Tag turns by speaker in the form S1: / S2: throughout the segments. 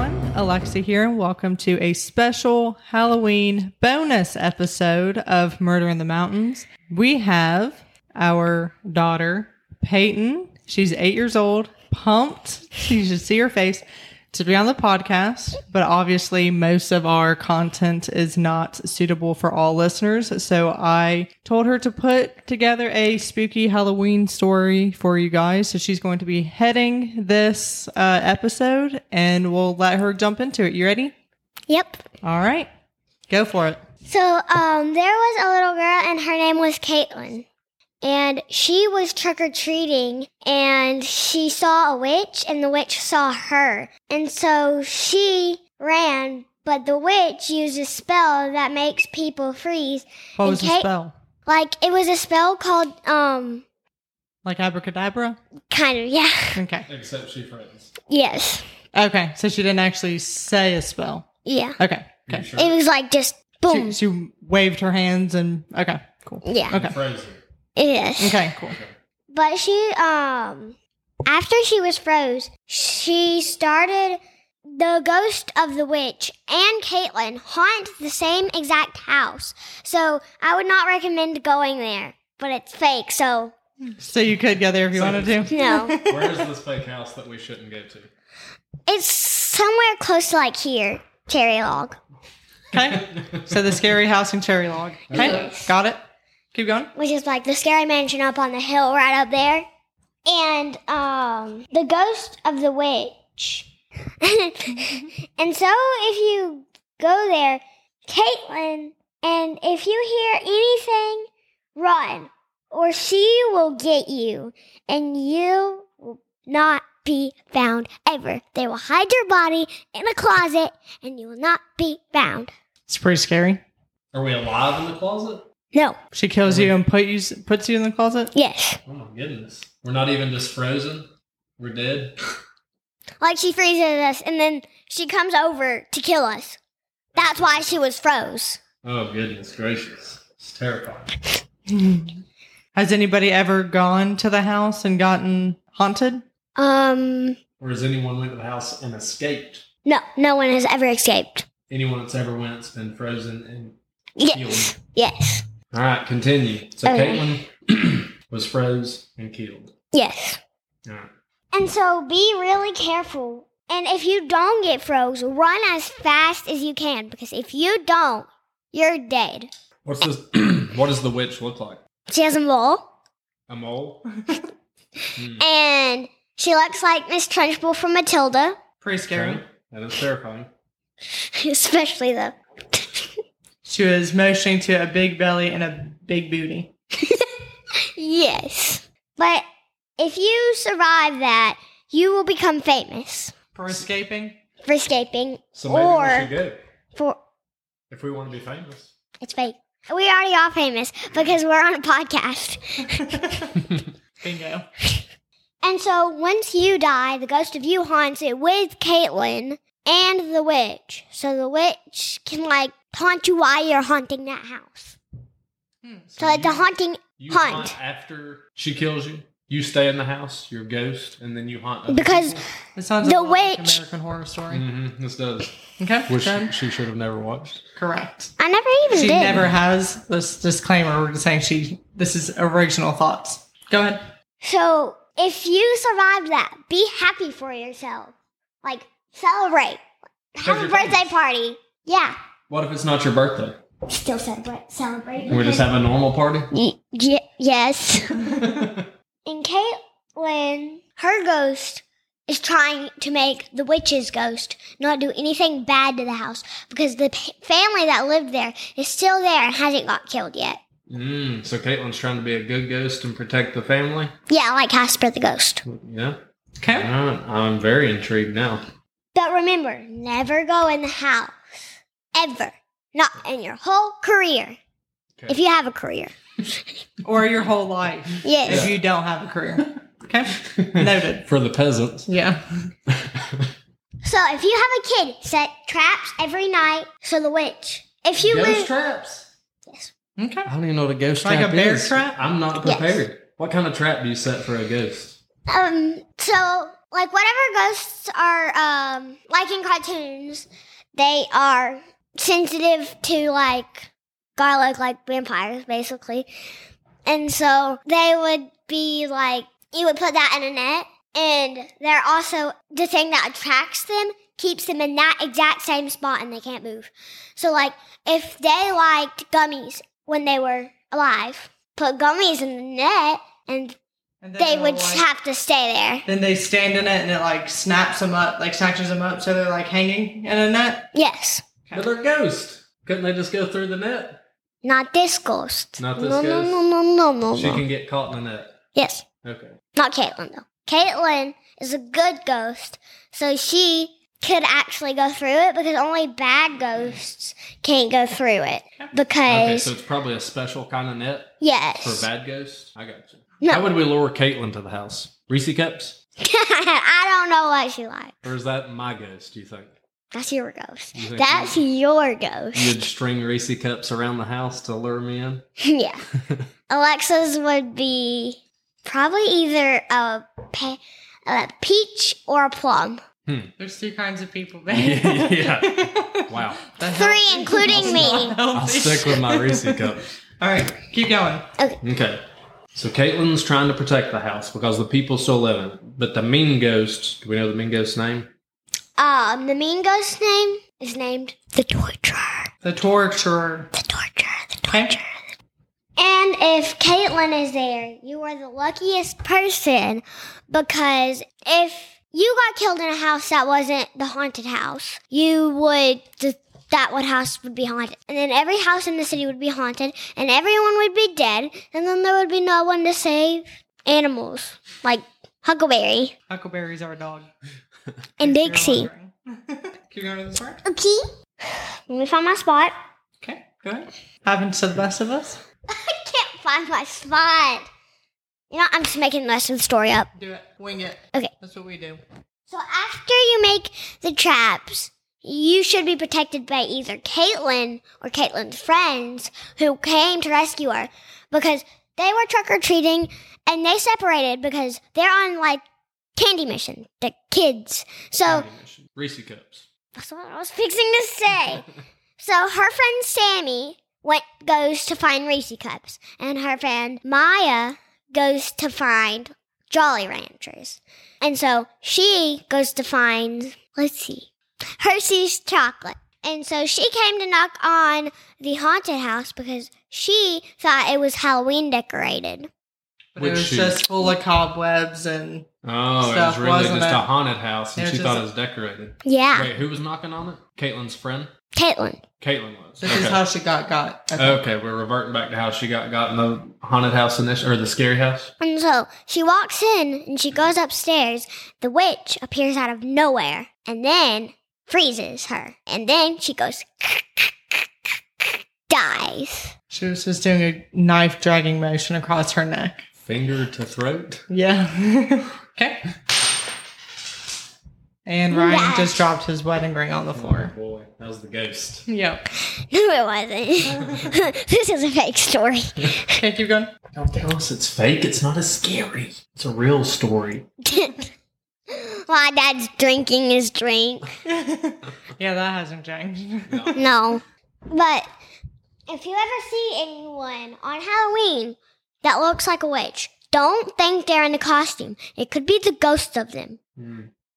S1: Alexi here, and welcome to a special Halloween bonus episode of Murder in the Mountains. We have our daughter, Peyton. She's eight years old, pumped. You should see her face to be on the podcast, but obviously, most of our content is not suitable for all listeners. So, I told her to put together a spooky Halloween story for you guys. So, she's going to be heading this uh, episode and we'll let her jump into it. You ready?
S2: Yep.
S1: All right, go for it.
S2: So um, there was a little girl, and her name was Caitlin. And she was trick or treating, and she saw a witch, and the witch saw her. And so she ran, but the witch used a spell that makes people freeze.
S1: What
S2: And
S1: was the
S2: Kate-
S1: spell?
S2: Like, it was a spell called, um,
S1: Like abracadabra?
S2: kind of, yeah.
S1: Okay.
S3: Except she friends.
S2: yes.
S1: Okay, so she didn't actually say a spell.
S2: Yeah.
S1: Okay.
S3: You
S1: Okay.
S3: sure?
S2: It was like just
S1: She,
S2: boom.
S1: she waved her hands and okay, cool.
S2: Yeah.
S1: Okay.
S3: Phrase
S2: It is.
S1: Okay, cool.
S2: But she, um, after she was froze, she started the ghost of the witch and Caitlin haunt the same exact house. So I would not recommend going there, but it's fake, so
S1: So you could go there if you wanted to.
S2: no.
S3: it. Where is this fake house that we shouldn't go to?
S2: it's somewhere close to like here, Terry Log.
S1: Okay. So the scary house in Cherry Log. Okay. Got it. Keep going.
S2: which is like the scary mansion up on the hill right up there. And um the ghost of the witch. and so if you go there, Caitlin, and if you hear anything, run or she will get you and you will not be found ever. They will hide your body in a closet and you will not be found.
S1: It's pretty scary.
S3: Are we alive in the closet?
S2: No.
S1: She kills you and put you puts you in the closet.
S2: Yes.
S3: Oh my goodness. We're not even just frozen. We're dead.
S2: Like she freezes us and then she comes over to kill us. That's why she was froze.
S3: Oh goodness gracious. It's terrifying.
S1: Has anybody ever gone to the house and gotten haunted?
S2: Um
S3: Or has anyone went to the house and escaped?
S2: no, no one has ever escaped.
S3: Anyone that's ever went that's been frozen and
S2: Yes. Yes.
S3: all right, continue. So
S2: Okay.
S3: Caitlin was froze and killed.
S2: Yes.
S3: All right.
S2: And so be really careful. And if you don't get froze, run as fast as you can because if you don't, you're dead.
S3: What's this what does the witch look like?
S2: She has a mole
S3: A mole? Hmm.
S2: and she looks like Miss Trunchbull from Matilda,
S1: Pretty scary.
S3: Okay. That is terrifying.
S2: especially the
S1: She was motioning to a big belly and a big booty.
S2: Yes. But if you survive that, you will become famous
S1: For escaping?
S2: for escaping
S3: So maybe
S2: Or-
S3: we should go
S2: for
S3: if we want to be famous.
S2: it's fake. We already are famous because we're on a podcast.
S1: Bingo.
S2: And so once you die, the ghost of you haunts it with Caitlin and the witch. So the witch can like haunt you while you're haunting that house.
S1: Hmm.
S2: So it's a
S3: you-
S2: haunting
S3: You
S2: Hunt.
S3: hunt. after she kills you. You stay in the house. You're a ghost, and then you hunt. other
S2: because
S1: It sounds
S2: The
S1: a lot like
S2: witch.
S1: American Horror Story.
S3: people. Mhm, this does.
S1: Okay.
S3: Which
S1: done.
S3: she should have never watched.
S1: Correct.
S2: I never even
S1: She
S2: did.
S1: never has this disclaimer. We're just saying she. This is original thoughts. Go ahead.
S2: So if you survived that, be happy for yourself. Like celebrate. Have a
S3: your
S2: birthday party. Yeah.
S3: What if it's not your birthday?
S2: Still celebrate. Celebrate.
S3: Can we just have a normal party?
S2: Y- y- yes. and Caitlin, her ghost is trying to make the witch's ghost not do anything bad to the house because the p- family that lived there is still there and hasn't got killed yet.
S3: Mm, so Caitlin's trying to be a good ghost and protect the family.
S2: Yeah, like Casper the ghost.
S3: Yeah, All
S1: Okay.
S3: right, I'm very intrigued now.
S2: But remember, never go in the house. Ever. Not in your whole career.
S3: Okay.
S2: If you have a career.
S1: Or your whole life
S2: Yes.
S1: if you don't have a career. Okay. Noted.
S3: For the peasants,
S1: Yeah.
S2: So if you have a kid, set traps every night. So the witch. If you
S3: ghost
S2: lose,
S3: traps.
S1: Okay.
S3: I don't even know what a ghost
S1: Like a
S3: trap
S1: bear
S3: is.
S1: trap?
S3: I'm not
S2: Yes.
S3: prepared. What kind of trap do you set for a ghost?
S2: um, so Like whatever ghosts are, um, like in cartoons, they are sensitive to like garlic, like vampires, basically. And so they would be like, you would put that in a net, and they're also the thing that attracts them keeps them in that exact same spot, and they can't move. So like, if they liked gummies when they were alive, put gummies in the net, and
S4: And
S2: they
S4: they'll,
S2: would
S4: like-
S2: have to stay there.
S4: Then they stand in it and it like snaps them up, like snatches them up, so they're like hanging in a net.
S2: Yes,
S3: But they're ghosts. Couldn't they just go through the net?
S2: not this ghost.
S3: Not this
S2: no, no,
S3: ghost.
S2: no, no, no, no,
S3: She
S2: Oh, no.
S3: can get caught in a net.
S2: Yes,
S3: Okay.
S2: not Caitlin though. Caitlin is a good ghost, so she could actually go through it because only bad ghosts can't go through it.
S3: Okay,
S2: Because
S3: so it's probably a special kind of net for
S2: yes,
S3: bad ghosts. I got you.
S2: No.
S3: How would we lure Caitlin to the house? Reese cups?
S2: I don't know what she likes.
S3: Or is that my ghost, do you think?
S2: That's your ghost.
S3: You think
S2: That's your ghost.
S3: You'd string Reese cups around the house to lure me in?
S2: yeah. Alexa's would be probably either a, pe- a peach or a plum.
S4: There's two kinds of people,
S3: Yeah. Wow.
S4: The
S2: Three,
S4: healthy-
S2: including me.
S3: I'll stick with my Reese cups.
S4: All right, keep going.
S3: Okay. So Caitlin's trying to protect the house because the people still live in it. But the mean ghost, do we know the mean ghost's name?
S2: Um, the mean ghost's name is named the Torturer.
S4: The torturer.
S2: The Torturer. The Torturer.
S4: Okay.
S2: And if Caitlin is there, you are the luckiest person because if you got killed in a house that wasn't the haunted house, you would th- that one house would be haunted, and then every house in the city would be haunted, and everyone would be dead, and then there would be no one to save animals like Huckleberry
S4: Huckleberry's our dog. If
S2: and
S4: you're
S2: Dixie.
S4: wondering. keep going to the start.
S2: Okay, let me find my spot.
S4: Okay, go ahead. Happens to the best of us.
S2: I can't find my spot. You know, I'm just making the rest of the story up.
S4: Do it. Wing it.
S2: Okay.
S4: That's what we do.
S2: So after you make the traps, you should be protected by either Caitlin or Caitlin's friends who came to rescue her because they were trick or treating and they separated because they're on like candy mission, the kids. So
S3: Reese cups.
S2: that's what I was fixing to say. so her friend Sammy went goes to find Reese cups, and her friend Maya goes to find Jolly Ranchers, and so she goes to find let's see Hershey's chocolate. And so she came to knock on the haunted house because she thought it was Halloween decorated.
S4: But
S3: Would
S4: it was
S3: she-
S4: just full of cobwebs and
S3: Oh,
S4: Stuff,
S3: it was really just
S4: wasn't
S3: a
S4: it?
S3: haunted house, and
S4: It
S3: she
S4: was
S3: thought
S4: just-
S3: it was Ah. decorated.
S2: Yeah,
S3: Wait, who was knocking on it? Caitlin's friend.
S2: Caitlin.
S3: Caitlin was.
S4: this
S3: okay.
S4: is how she got got. I think.
S3: okay, we're reverting back to how she got got in the haunted house initially, or the scary house.
S2: And so she walks in and she goes upstairs. The witch appears out of nowhere and then freezes her. And then she goes, dies.
S4: She was just doing a knife dragging motion across her neck.
S3: Finger to throat.
S4: Yeah. okay. And Ryan
S2: Yeah.
S4: just dropped his wedding ring on the floor.
S3: Oh, boy, that was the ghost.
S4: Yep.
S2: No, it wasn't. this is a fake story.
S4: Okay, keep going.
S3: Don't tell us it's fake. It's not as scary. It's a real story.
S2: My dad's drinking his drink.
S4: Yeah, that hasn't changed.
S2: No. But if you ever see anyone on Halloween that looks like a witch, don't think they're in a costume. It could be the ghost of them.
S3: Hmm.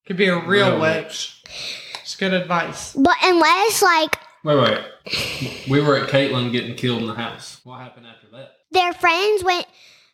S4: Could be a real,
S3: Real
S4: witch. It's good advice.
S2: But unless, like,
S3: Wait, wait. We were at Caitlin getting killed in the house. What happened after that?
S2: their friends went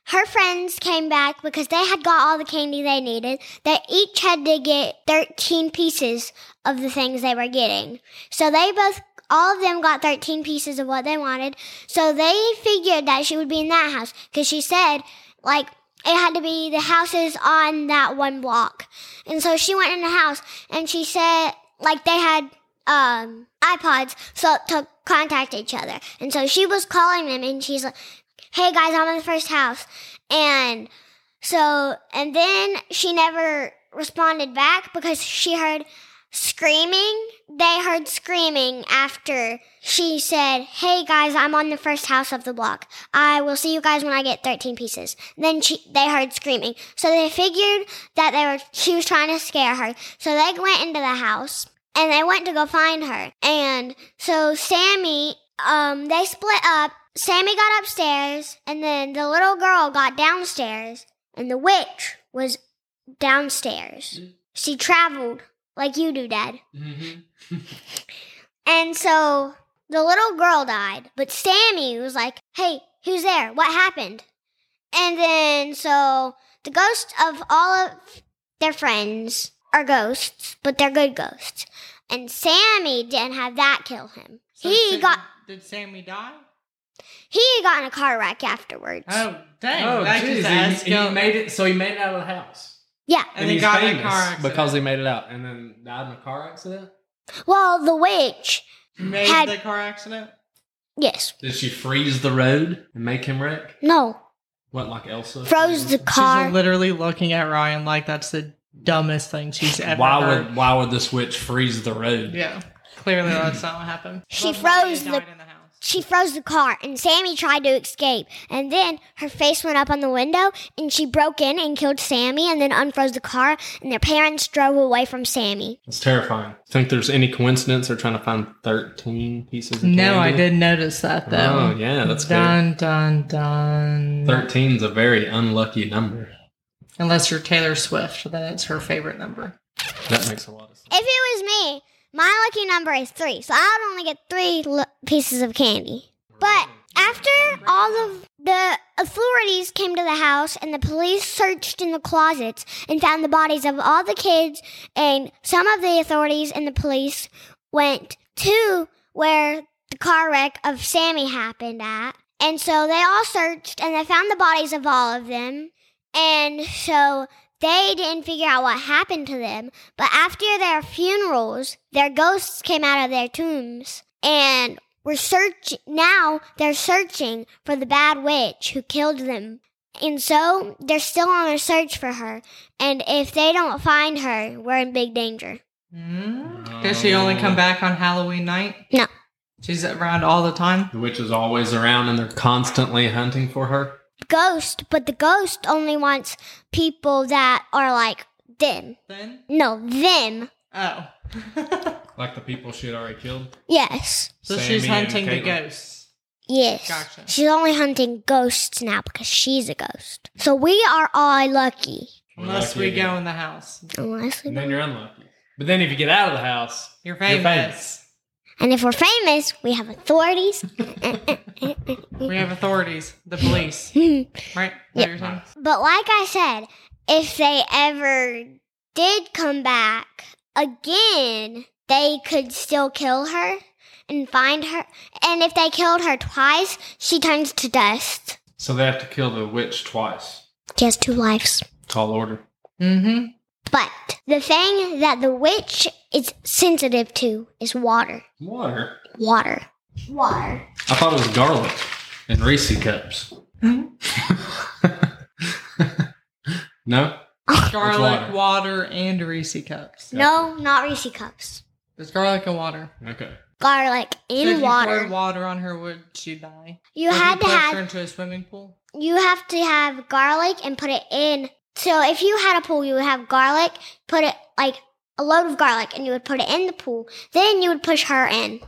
S2: her friends came back because they had got all the candy they needed they each had to get 13 pieces of the things they were getting so they both all of them got 13 pieces of what they wanted so they figured that she would be in that house because she said like it had to be the houses on that one block and so she went in the house and she said like they had um ipods so to contact each other and so she was calling them and she's like hey guys, I'm in the first house. And so, and then she never responded back because she heard screaming they heard screaming after she said, "Hey guys, I'm on the first house of the block. I will see you guys when I get 13 pieces." Then she, they heard screaming, so they figured that they were she was trying to scare her. So they went into the house and they went to go find her. And so Sammy, um, they split up. Sammy got upstairs, and then the little girl got downstairs, and the witch was downstairs. She traveled like you do, Dad.
S3: Mm-hmm.
S2: And so the little girl died, but Sammy was like, "Hey, who's there? What happened?" And then so the ghosts of all of their friends are ghosts, but they're good ghosts. And Sammy didn't have that kill him.
S4: So
S2: he
S4: Sam-
S2: got
S4: Did Sammy die?
S2: he got in a car wreck afterwards.
S4: Oh dang!
S3: Oh,
S4: that's
S3: geez,
S4: just
S3: and
S4: ass
S3: he, and he made it. So he made it out of the house.
S2: Yeah.
S4: And he got in a car accident.
S3: because he made it out, and then died in a car accident.
S2: Well, the witch.
S4: made
S2: had-
S4: the car accident.
S2: Yes.
S3: Did she freeze the road and make him wreck?
S2: No.
S3: What like Elsa
S2: Froze the
S4: She's
S2: car.
S4: literally looking at Ryan like that's the dumbest thing she's ever
S3: Why
S4: heard.
S3: would why would the switch freeze the road?
S4: Yeah, clearly that's not what happened.
S2: She
S4: But Ryan
S2: froze the-
S4: died in the house.
S2: She froze the car, and Sammy tried to escape. And then her face went up on the window, and she broke in and killed Sammy, and then unfroze the car, and their parents drove away from Sammy.
S3: It's terrifying. Think there's any coincidence? They're trying to find thirteen pieces. Of
S4: No, I
S3: candy?
S4: did notice that
S3: Oh
S4: though.
S3: yeah, that's good.
S4: dun dun dun.
S3: Thirteen's a very unlucky number.
S4: Unless you're Taylor Swift, then it's her favorite number.
S3: That makes a lot of sense.
S2: If it was me, my lucky number is three, so I would only get three l- pieces of candy. But after all of the authorities came to the house and the police searched in the closets and found the bodies of all the kids, and some of the authorities and the police went to where the car wreck of Sammy happened at. And so they all searched and they found the bodies of all of them. And so they didn't figure out what happened to them. But after their funerals, their ghosts came out of their tombs and were searching. Now they're searching for the bad witch who killed them. And so they're still on a search for her. And if they don't find her, we're in big danger.
S4: Mm. Does she only
S3: Oh.
S4: come back on Halloween night?
S2: No.
S4: She's around all the time.
S3: The witch is always around, and they're constantly hunting for her.
S2: Ghost, but the ghost only wants people that are like them.
S4: Then
S2: No, them.
S4: oh,
S3: Like the people she had already killed.
S2: Yes.
S4: so
S3: Sammy
S4: she's
S3: and
S4: hunting the
S3: Caitlin.
S4: ghosts.
S2: Yes.
S4: Gotcha.
S2: She's only hunting ghosts now because she's a ghost. So we are all lucky.
S3: We're
S4: Unless
S3: lucky
S4: we
S3: again.
S4: go in the house.
S2: Unless we
S3: And then you're unlucky. But then if you get out of the house,
S4: You're famous.
S2: And if we're famous, we have authorities.
S4: We have authorities, the police,
S2: but
S4: right?
S2: Yeah.
S4: What you're saying?
S2: like I said, if they ever did come back again, they could still kill her and find her. And if they killed her twice, she turns to dust.
S3: So they have to kill the witch twice.
S2: She has two lives.
S3: Tall order.
S4: Mm-hmm.
S2: But the thing that the witch is sensitive to is water.
S3: Water.
S2: Water. Water.
S3: I thought it was garlic and Reese cups. no?
S4: Garlic, water. and Reese cups.
S2: No, not Reese cups.
S4: There's garlic and water.
S3: Okay.
S2: Garlic
S4: so if
S2: in
S4: you
S2: water.
S4: poured water on her, would she die?
S2: You
S4: Or if
S2: had to
S4: pushed
S2: have
S4: her into a swimming pool.
S2: you have to have garlic and put it in. So if you had a pool, you would have garlic, put it like a load of garlic, and you would put it in the pool. Then you would push her in,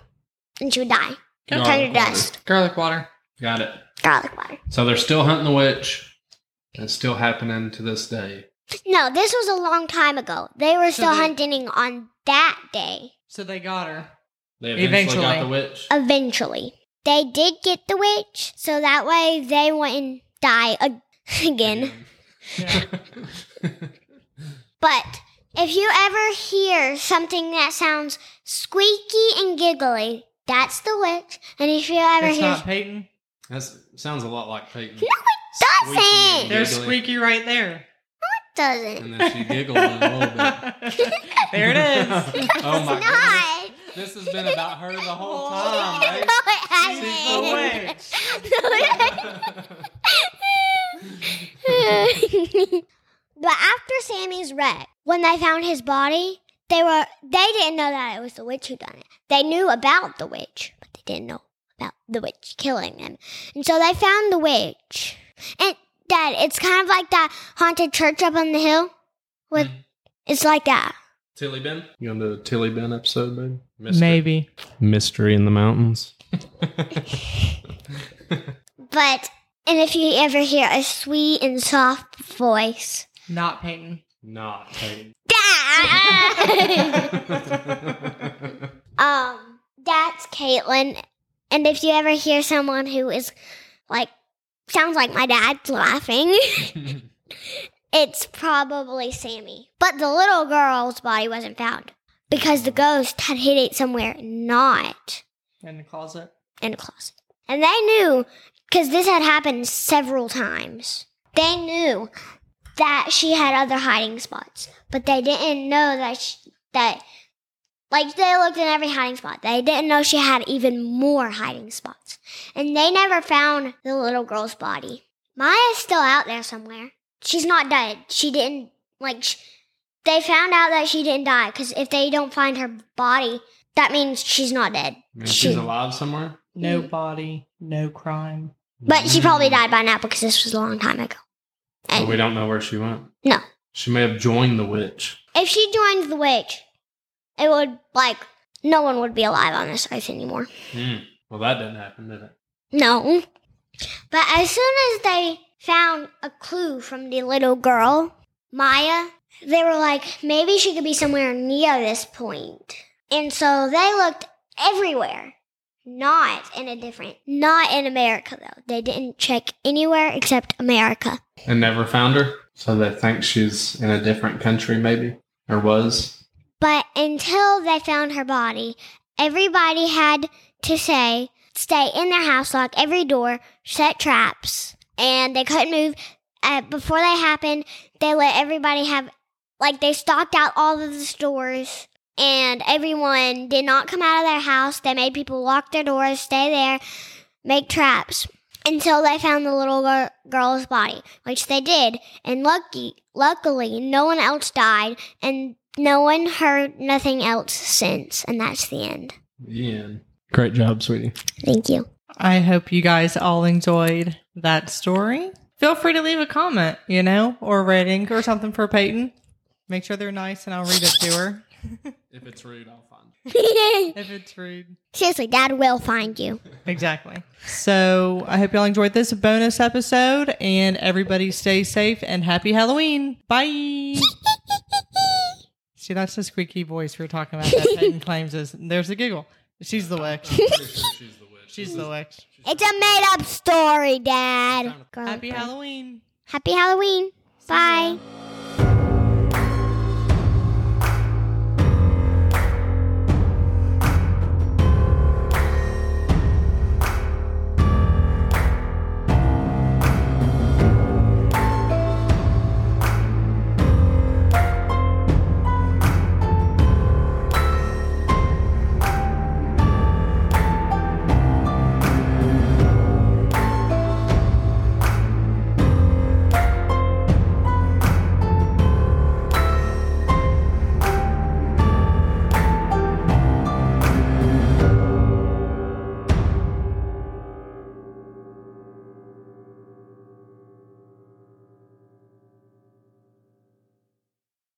S2: and she would die.
S4: Garlic
S2: Turn to
S3: water.
S2: dust.
S4: Garlic water.
S3: Got it.
S2: Garlic water.
S3: So they're still hunting the witch. It's still happening to this day.
S2: No, this was a long time ago. They were
S4: So
S2: still
S4: they-
S2: hunting on that day.
S4: So they got her.
S3: They eventually, got
S4: Eventually.
S3: the witch.
S2: Eventually, they did get the witch, so that way they wouldn't die ag- again.
S4: Yeah.
S2: But if you ever hear something that sounds squeaky and giggly, that's the witch. And if you ever
S4: it's
S2: hear
S4: not Peyton.
S3: That sounds a lot like Peyton.
S2: No, it doesn't.
S3: Squeaky and
S4: There's
S3: giggly.
S4: squeaky right there.
S2: doesn't,
S3: And then she giggled a little bit.
S4: there it is.
S2: it's
S3: oh my goodness.
S2: not.
S3: This has been about her the whole time,
S2: no,
S3: right?
S2: it hasn't.
S4: She's the witch.
S2: No, it but after Sammy's wreck, when they found his body, They were they didn't know that it was the witch who done it. They knew about the witch, but they didn't know about the witch killing them. And so they found the witch. And Dad, it's kind of like that haunted church up on the hill. With
S3: Mhm.
S2: it's like that.
S3: Tilly Ben? You on the Tilly Ben episode, babe?
S1: Maybe.
S3: Mystery in the mountains.
S2: But and if you ever hear a sweet and soft voice.
S4: Not Peyton.
S3: Not Peyton.
S2: Dad! Um, that's Caitlin. And if you ever hear someone who is like, sounds like my dad's laughing, it's probably Sammy. But the little girl's body wasn't found because the ghost had hid it somewhere, not
S4: In the closet.
S2: in a closet. And they knew, because this had happened several times, they knew that she had other hiding spots, but they didn't know that she, that like they looked in every hiding spot. They didn't know she had even more hiding spots, and they never found the little girl's body. Maya's still out there somewhere. She's not dead. She didn't like. Sh- they found out that she didn't die because if they don't find her body, that means she's not dead.
S3: Man, she's alive somewhere?
S2: Mm.
S4: No body, no crime.
S2: But she probably died by now because this was a long time ago.
S3: But we don't know where she went.
S2: No.
S3: She may have joined the witch.
S2: If she joins the witch, it would like no one would be alive on this earth anymore.
S3: Hmm. Well, that didn't happen, did it?
S2: No. But as soon as they found a clue from the little girl, Maya, they were like, maybe she could be somewhere near this point. And so they looked everywhere. Not in a different, not in America though. They didn't check anywhere except America.
S3: And never found her. So they think she's in a different country, maybe, or was.
S2: But until they found her body, everybody had to say, stay in their house, lock every door, set traps, and they couldn't move. Uh, before they happened, they let everybody have, like, they stocked out all of the stores, and everyone did not come out of their house. They made people lock their doors, stay there, make traps. Until they found the little gir- girl's body, which they did, and lucky, luckily, no one else died, and no one heard nothing else since, and that's the end.
S3: Yeah. Great job, sweetie.
S2: Thank you.
S1: I hope you guys all enjoyed that story. Feel free to leave a comment, you know, or rating or something for Peyton. Make sure they're nice and I'll read it to her
S3: If it's rude, I'll find it.
S1: if it's rude.
S2: Seriously, Dad will find you.
S1: Exactly. So I hope y'all enjoyed this bonus episode and everybody stay safe and happy Halloween. Bye. See, that's the squeaky voice we were talking about that Peyton claims is there's a giggle. She's the witch.
S3: Pretty sure she's the witch.
S1: She's the witch.
S2: It's a made up story, Dad.
S1: Happy Halloween.
S2: Happy Halloween. Bye.